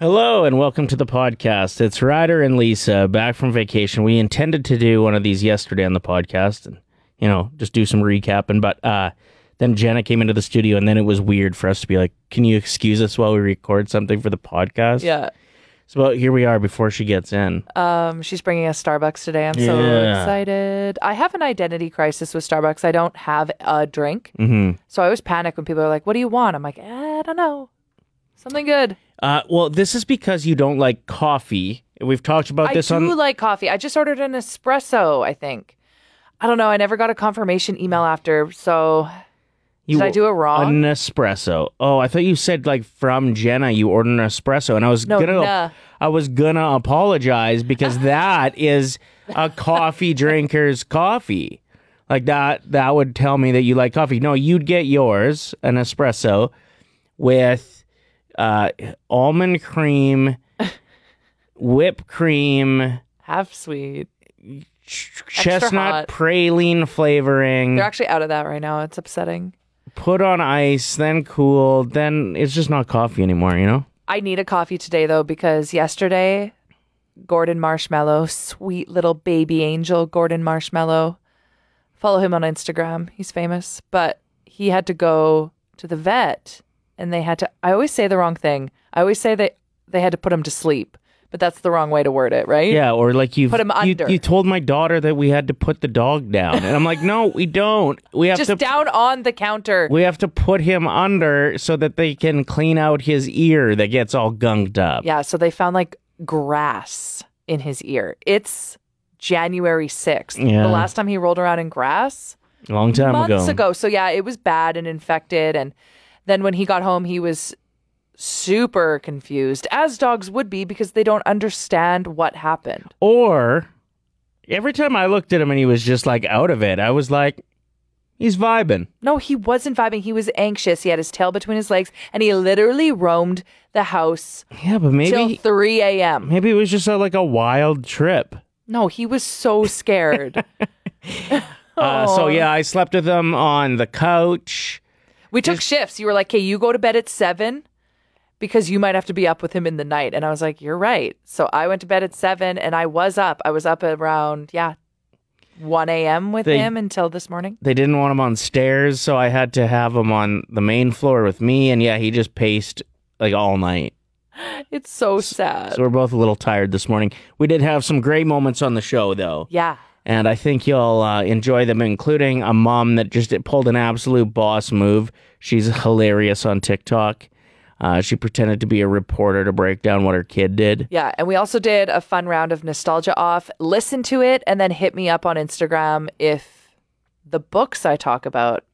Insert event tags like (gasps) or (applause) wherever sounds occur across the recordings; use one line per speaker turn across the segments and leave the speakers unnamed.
Hello and welcome to the podcast. It's Ryder and Lisa back from vacation. We intended to do one of these yesterday on the podcast and, you know, just do some recapping. But uh, then Jenna came into the studio and then it was weird for us to be like, can you excuse us while we record something for the podcast?
Yeah.
So well, here we are before she gets in.
Um, she's bringing us Starbucks today. I'm so
Yeah.
excited. I have an identity crisis with Starbucks. I don't have a drink.
Mhm.
So I always panic when people are like, what do you want? I'm like, "Eh, I don't know. Something good.
Uh, well, this is because you don't like coffee. We've talked about
I
this
do
on.
like coffee. I just ordered an espresso, I think. I don't know. I never got a confirmation email after. So
you,
did I do it wrong?
An espresso. Oh, I thought you said like from Jenna you ordered an espresso, and I was
No,
gonna
nah.
I was gonna apologize because that is a
(laughs)
coffee drinker's coffee. Like that that would tell me that you like coffee. No, you'd get yours an espresso with uh, almond
(laughs)
cream, whipped cream,
Half sweet.
ch-
hot.
chestnut praline flavoring.
They're actually out of that right now. It's upsetting.
put on ice, then cooled, then it's just not coffee anymore, you know?
I need a coffee today though because yesterday Gordon Marshmallow, sweet little baby angel Gordon Marshmallow. Follow him on Instagram. He's famous, but he had to go to the vet and they had to I always say the wrong thing. I always say they they had to put him to sleep, but that's the wrong way to word it, right?
Yeah, or like you've,
Put 'em
you
under.
you told my daughter that we had to put the dog down, and I'm like, no, we don't. We have
Just
to
down on the counter.
we have to put him under so that they can clean out his ear that gets all gunked up.
Yeah, so they found like grass in his ear. It's January 6th.
Yeah.
The last time he rolled around in grass,
A long time
months
ago.
ago. So yeah, it was bad and infected. And then when he got home, he was super confused, as dogs would be, because they don't understand what happened.
Or every time I looked at him and he was just like out of it, I was like, he's vibing.
No, he wasn't vibing. He was anxious. He had his tail between his legs, and he literally roamed the house
Yeah, but
till
maybe
3 a.m.
maybe it was just a, like a wild trip.
No, he was
(laughs)
so scared.
Uh, so
Aw.
yeah, I slept with him on the couch.
We took shifts. You were like, "Okay, you go to bed at seven because you might have to be up with him in the night." And I was like, "You're right." So I went to bed at seven, and I was up. I was up around yeah, one a.m. with
They-
him until this morning.
they didn't want him on stairs, so I had to have him on the main floor with me. And yeah, he just paced like all night.
It's so sad.
So we're both a little tired this morning. We did have some great moments on the show, though,
yeah,
and I think you'll uh, enjoy them, including a mom that just pulled an absolute boss move. She's hilarious on TikTok. Uh, she pretended to be a reporter to break down what her kid did.
yeah. And we also did a fun round of nostalgia off. Listen to it, and then hit me up on Instagram if the books I talk about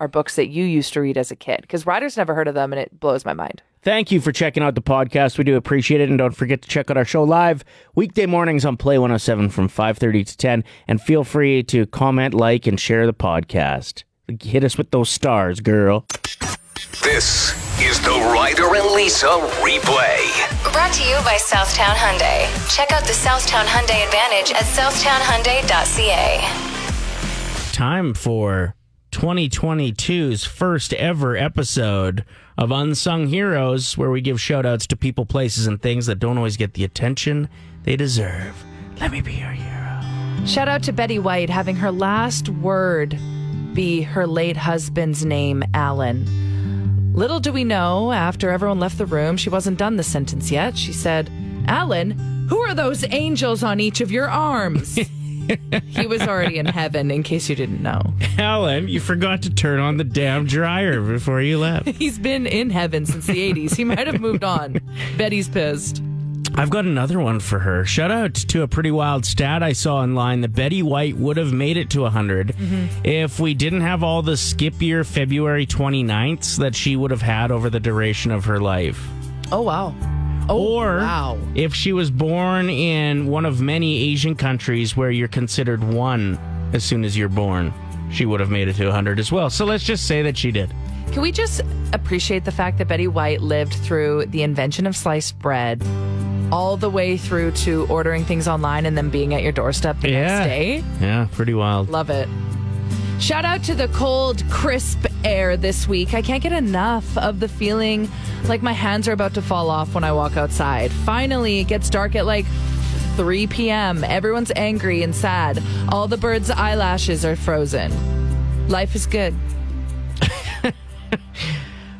are books that you used to read as a kid. Because Ryder's never heard of them, and it blows my mind.
Thank you for checking out the podcast. We do appreciate it. And don't forget to check out our show live weekday mornings on Play 107 from 5.30 to 10. And feel free to comment, like, and share the podcast. Hit us with those stars, girl.
This is the Ryder and Lisa replay.
Brought to you by Southtown Hyundai. Check out the Southtown Hyundai Advantage at southtownhyundai.ca.
Time for 2022's first ever episode of Unsung Heroes, where we give shout outs to people, places, and things that don't always get the attention they deserve. Let me be your hero.
Shout out to Betty White having her last word be her late husband's name, Alan. Little do we know, after everyone left the room, she wasn't done the sentence yet. She said, Alan, who are those angels on each of your arms? he was already in heaven, in case you didn't know.
Helen, you forgot to turn on the damn dryer before you left.
He's been in heaven since the 80s. He might have moved on. Betty's pissed.
I've got another one for her. Shout out to a pretty wild stat I saw online that Betty White would have made it to 100
Mm-hmm.
if we didn't have all the skip year February 29ths that she would have had over the duration of her life.
Oh, wow. Oh,
Or
wow.
if she was born in one of many Asian countries where you're considered one as soon as you're born, she would have made it to 100 as well. So let's just say that she did.
Can we just appreciate the fact that Betty White lived through the invention of sliced bread all the way through to ordering things online and then being at your doorstep the
Yeah.
next day?
Yeah, pretty wild.
Love it. Shout out to the cold, crisp air this week. I can't get enough of the feeling like my hands are about to fall off when I walk outside. Finally, it gets dark at like 3 p.m. Everyone's angry and sad. All the birds' eyelashes are frozen. Life is good.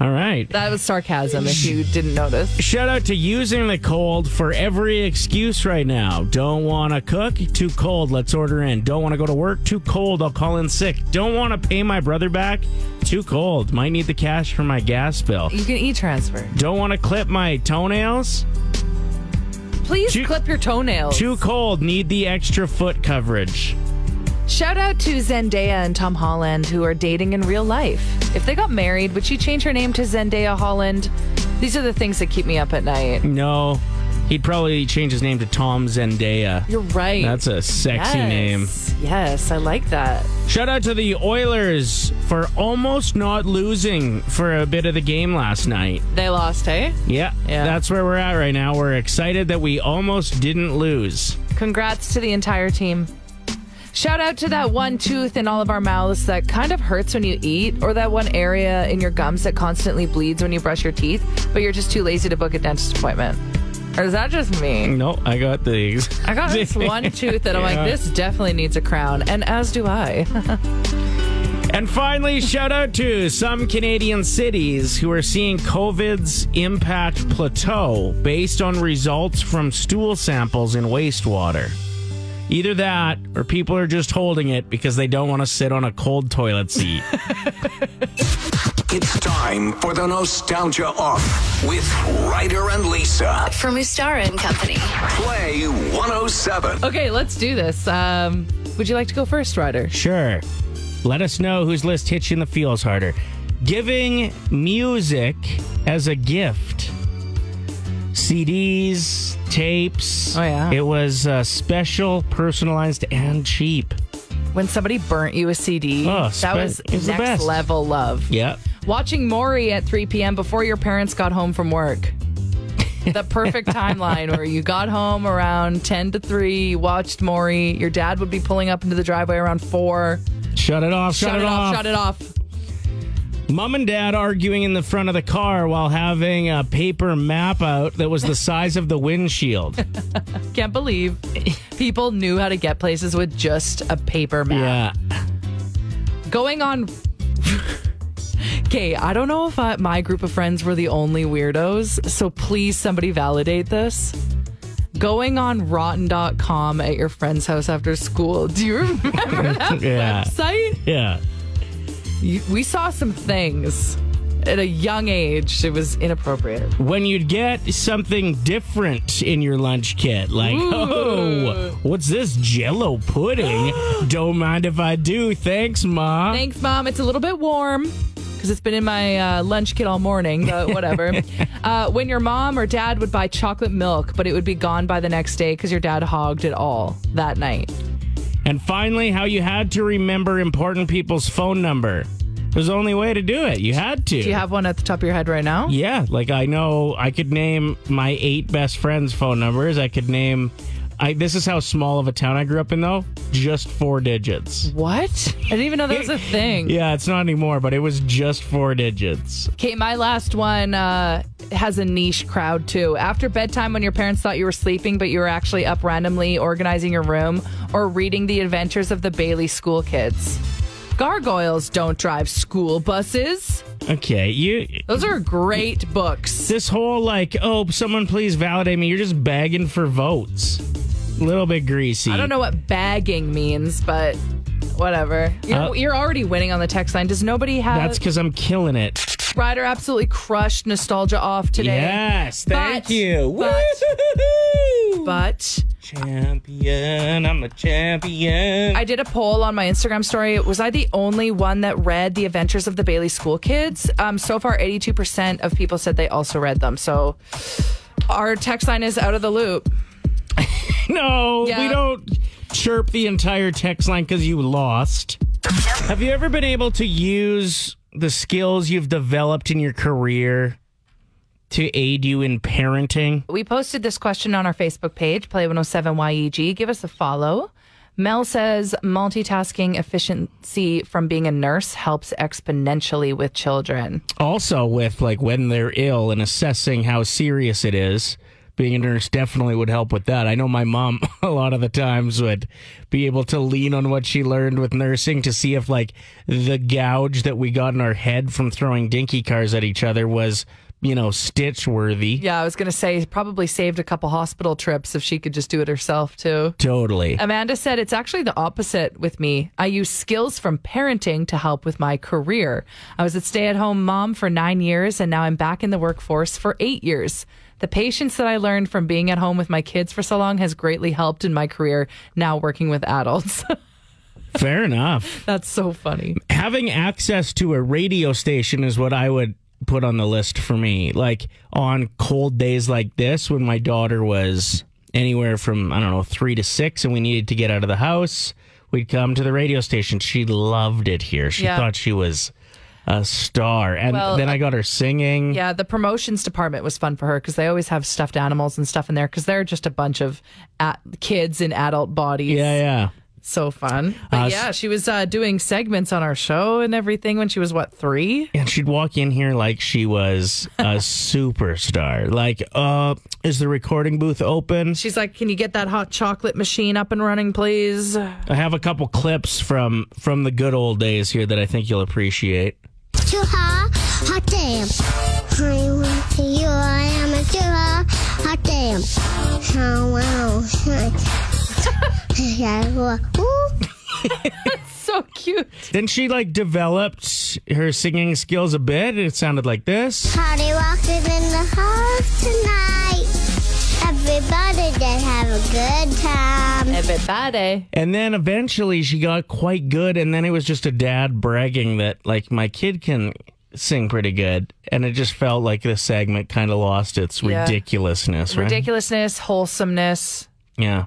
All right.
That was sarcasm if you didn't notice.
Shout out to using the cold for every excuse right now. Don't want to cook? Too cold. Let's order in. Don't want to go to work? Too cold. I'll call in sick. Don't want to pay my brother back? Too cold. Might need the cash for my gas bill.
You can e transfer.
Don't want to clip my toenails?
Please
Too-
clip your toenails.
Too cold. Need the extra foot coverage.
Shout out to Zendaya and Tom Holland who are dating in real life. If they got married, would she change her name to Zendaya Holland? These are the things that keep me up at night.
No. He'd probably change his name to Tom Zendaya.
You're right.
That's a sexy name.
name. Yes, I like that.
Shout out to the Oilers for almost not losing for a bit of the game last night.
They lost, eh? hey?
Yeah,
Yeah.
that's where we're at right now. We're excited that we almost didn't lose.
Congrats to the entire team. Shout out to that one tooth in all of our mouths that kind of hurts when you eat, or that one area in your gums that constantly bleeds when you brush your teeth, but you're just too lazy to book a dentist appointment. Or is that just me?
No, I got these.
I got this one tooth that I'm
Yeah.
like, this definitely needs a crown, and as
(laughs)
do I.
(laughs) And finally, shout out to some Canadian cities who are seeing COVID's impact plateau based on results from stool samples in wastewater. Either that, or people are just holding it because they don't want to sit on a cold toilet (laughs) seat.
It's time for the Nostalgia Off with Ryder and Lisa.
From Ustara and Company.
Play 107.
okay, let's do this. Um, would you like to go first, Ryder?
Sure. Let us know whose list hits you in the feels harder. Giving music as a gift. CDs, tapes.
Oh, yeah.
It was uh, special, personalized, and cheap.
When somebody burnt you a CD,
Oh,
that
spe-
was
it's
next
the best.
level love.
Yep.
Watching Maury at 3 p.m. before your parents got home
(laughs)
from work. the perfect timeline where you got home around 10 to 3, you watched Maury, your dad would be pulling up into the driveway around 4.
Shut it off. Shut,
Shut, it off, shut it off.
Mom and dad arguing in the front of the car while having a paper map out that was the size of the
(laughs)
windshield. (laughs)
Can't believe people knew how to get places with just a paper map.
yeah.
going on. (laughs) Okay, I don't know if I, my group of friends were the only weirdos, so please somebody validate this. Going on rotten.com at your friend's house after school. Do you remember that
Yeah.
website?
Yeah.
You- We saw some things at a young age. It was inappropriate.
when you'd get something different in your lunch kit, like, oh, what's this jello
(gasps)
pudding? Don't mind if I do. Thanks, Ma.
Thanks, Mom. It's a little bit warm because it's been in my uh, lunch kit all morning, but whatever. uh, when your mom or dad would buy chocolate milk, but it would be gone by the next day because your dad hogged it all that night.
and finally, how you had to remember important people's phone number. It was the only way to do it. You had to.
Do you have one at the top of your head right now?
yeah, like I know I could name my eight best friends' phone numbers. I could name. I, this is how small of a town I grew up in, though. Just four
Mm-hmm.
digits.
What? I didn't even know that was a thing.
Yeah, it's not anymore, but it was just four digits.
Okay, my last one uh, has a niche crowd too. After bedtime, when your parents thought you were sleeping, but you were actually up randomly organizing your room or reading The Adventures of the Bailey School Kids. Gargoyles don't drive school buses.
Okay, you
Those are great books.
this whole like, oh, someone please validate me. You're just begging for votes. A little bit greasy.
I don't know what bagging means, but whatever. You're,
Uh,
you're already winning on the text line. Does nobody have
That's because I'm killing it.
Ryder absolutely crushed nostalgia off today?
Yes,
But-
thank you.
but-
Woo-hoo-hoo-hoo.
But
champion, I'm a champion.
I did a poll on my Instagram story. Was I the only one that read The Adventures of the Bailey School Kids? Um, so far, 82% of people said they also read them. So our text line is out of the loop.
(laughs) no,
Yeah.
we don't chirp the entire text line because you lost. Have you ever been able to use the skills you've developed in your career to aid you in parenting?
oh E We posted this question on our Facebook page, Play107YEG. Give us a follow. Mel says multitasking efficiency from being a nurse helps exponentially with children.
also with like when they're ill and assessing how serious it is being a nurse definitely would help with that i know my mom (laughs) a lot of the times would be able to lean on what she learned with nursing to see if like the gouge that we got in our head from throwing dinky cars at each other was you know stitch worthy
Yeah, I was going to say probably saved a couple hospital trips if she could just do it herself too.
totally
Amanda said it's actually the opposite with me. I use skills from parenting to help with my career. I was a stay at home mom for nine years, and now I'm back in the workforce for eight years. The patience that I learned from being at home with my kids for so long has greatly helped in my career now working with adults. (laughs)
fair enough
That's so funny.
having access to a radio station is what I would put on the list for me. Like on cold days like this, when my daughter was anywhere from, I don't know, three to six, and we needed to get out of the house, we'd come to the radio station. She loved it here. She
Yeah.
thought she was a star. And
Well, uh,
then I got her singing.
Yeah, the promotions department was fun for her because they always have stuffed animals and stuff in there because they're just a bunch of at- kids in adult bodies.
Yeah, yeah.
So fun. But
Uh,
yeah, she was uh, doing segments on our show and everything when she was, what, three?
And she'd walk in here like she was a (laughs) superstar. Like, uh, is the recording booth open?
She's like, Can you get that hot chocolate machine up and running, please? (laughs)
I have a couple clips from from the good old days here that I think you'll appreciate.
Hoo-ha, hot damn. I'm with you, I am a hoo-ha, hot damn. (laughs) Oh, wow. yeah, well, ooh.
So cute.
Then she like developed her singing skills a bit, and it sounded like this.
Party rockers in the house tonight. Everybody just have a good time.
Everybody.
And then eventually she got quite good, and then it was just a dad bragging that like my kid can sing pretty good, and it just felt like the segment kind of lost its
Yeah.
ridiculousness, right?
Ridiculousness, wholesomeness.
yeah.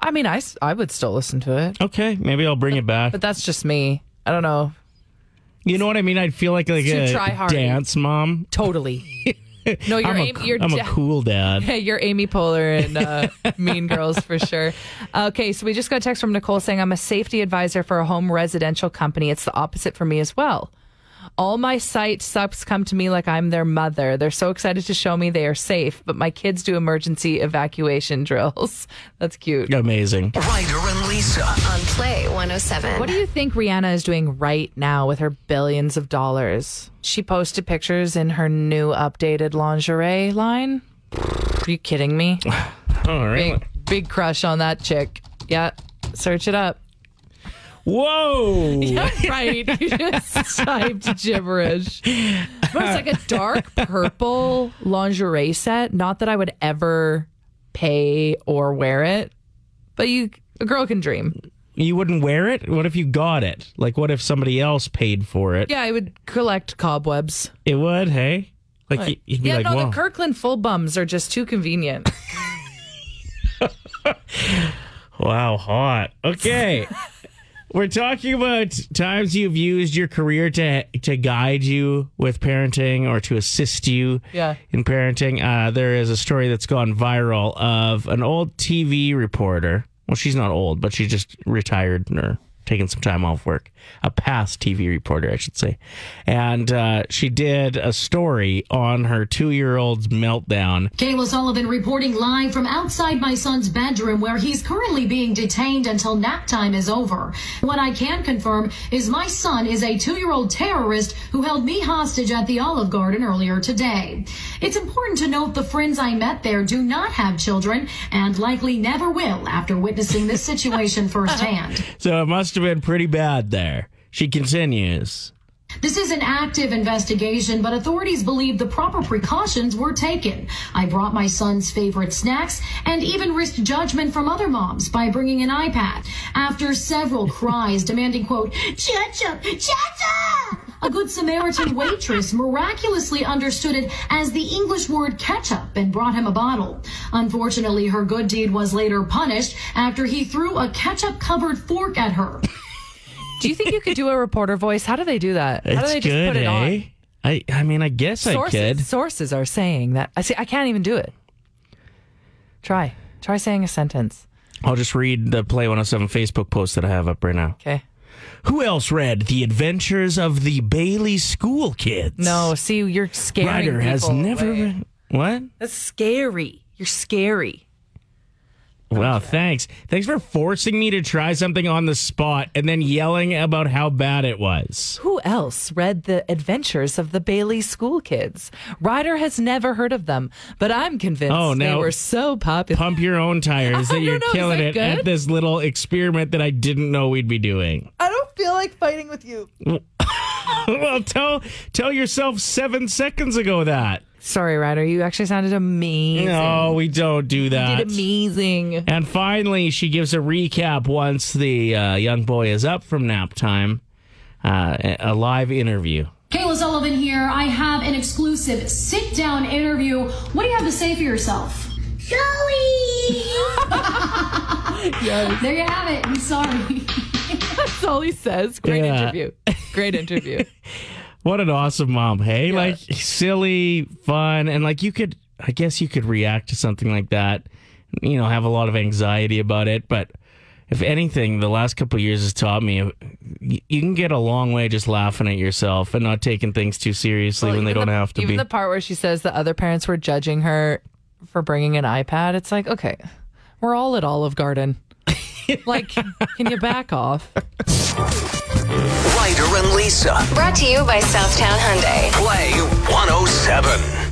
I mean, I, s- I would still listen to it,
Okay, maybe I'll bring it back.
but that's just me. I don't know.
You know what I mean? I'd feel like like
too
a
try-hard.
dance mom. (laughs)
Totally. no, you're,
I'm, a,
aim- you're
am a
de-
cool dad.
(laughs) Yeah, you're Amy Poehler and uh, Mean Girls for sure. Okay, so we just got a text from Nicole saying I'm a safety advisor for a home residential company. It's the opposite for me as well. All my site subs come to me like I'm their mother. They're so excited to show me they are safe, but my kids do emergency evacuation (laughs) drills. That's cute.
Amazing.
Ryder and Lisa.
On Play 107.
What do you think Rihanna is doing right now with her billions of dollars? She posted pictures in her new updated lingerie line. Are you kidding me?
All right.
big, big crush on that chick. Yeah, search
(laughs)
it up.
Whoa.
(laughs) right, you
(laughs)
just typed gibberish. But it's like a dark purple lingerie set. Not that I would ever pay or wear it, but you, a girl can dream.
You wouldn't wear it? What if you got it? Like, what if somebody else paid for it?
Yeah, I would collect cobwebs.
It would, hey? Like, you- you'd be
Yeah,
like,
no,
"Whoa."
the Kirkland full bums are just too convenient.
wow, hot. Okay.
(laughs)
We're talking about times you've used your career to to guide you with parenting or to assist you (laughs)
Yeah.
in parenting. Uh, there is a story that's gone viral of an old TV reporter. Well, she's not old, but she's just retired or taking some time off work. A past TV reporter, I should say. And uh, she did a story on her two year old's meltdown.
Kayla Sullivan reporting live from outside my son's bedroom where he's currently being detained until nap time is over. What I can confirm is my son is a two year old terrorist who held me hostage at the Olive Garden earlier today. It's important to note the friends I met there do not have children and likely never will after witnessing this situation firsthand.
So it must have been pretty bad there. She continues.
This is an active investigation, but authorities believe the proper precautions were taken. I brought my son's favorite snacks and even risked judgment from other moms by bringing an iPad. After several cries demanding, quote,
Ketchup, ketchup!
a good Samaritan waitress miraculously understood it as the English word ketchup and brought him a bottle. Unfortunately, her good deed was later punished after he threw a ketchup covered fork at her.
do you think you could do a reporter voice? How do they do that? How do
It's
they just
good,
put it
eh?
on?
I, I mean, I guess I could.
Sources, sources are saying that. I see. I can't even do it. Try. Try saying a sentence.
I'll just read the Play 107 Facebook post that I have up right now.
Okay.
Who else read The Adventures of the Bailey School Kids?
No, see, you're scaring
Ryder
people
has never
away.
read. What?
That's scary. You're scary.
Wow, thanks. Thanks for forcing me to try something on the spot and then yelling about how bad it was.
Who else read The Adventures of the Bailey School Kids? Ryder has never heard of them, but I'm convinced
Oh,
they
now-
were so popular.
Pump your own tires
(laughs)
that
I don't
you're
know, is
killing
that
it at
good?
this little experiment that I didn't know we'd be
(laughs)
doing.
I don't feel like fighting with you.
well, tell tell yourself 7 seconds ago that.
Sorry, Ryder. You actually sounded amazing.
No, we don't do
You
that.
did amazing.
And finally, she gives a recap once the uh, young boy is up from nap time. Uh, a- a live interview.
Kayla Sullivan here. I have an exclusive sit down interview. What do you have to say for yourself?
Zoe!
(laughs) There you have it. I'm sorry.
That's all he says. Great
Yeah.
interview.
(laughs)
Great interview.
What an awesome mom, hey! Like silly, fun, and like you could, I guess you could react to something like that. You know, have a lot of anxiety about it, but if anything, the last couple of years has taught me uh, y- you can get a long way just laughing at yourself and not taking things too seriously when they
Even
don't
the-
have to
even
be.
the part where she says the other parents were judging her for bringing an iPad. It's like, okay, we're all at Olive Garden.
(laughs)
like, can you back off?
Ryder and Lisa.
Brought to you by Southtown Hyundai.
oh Play 107.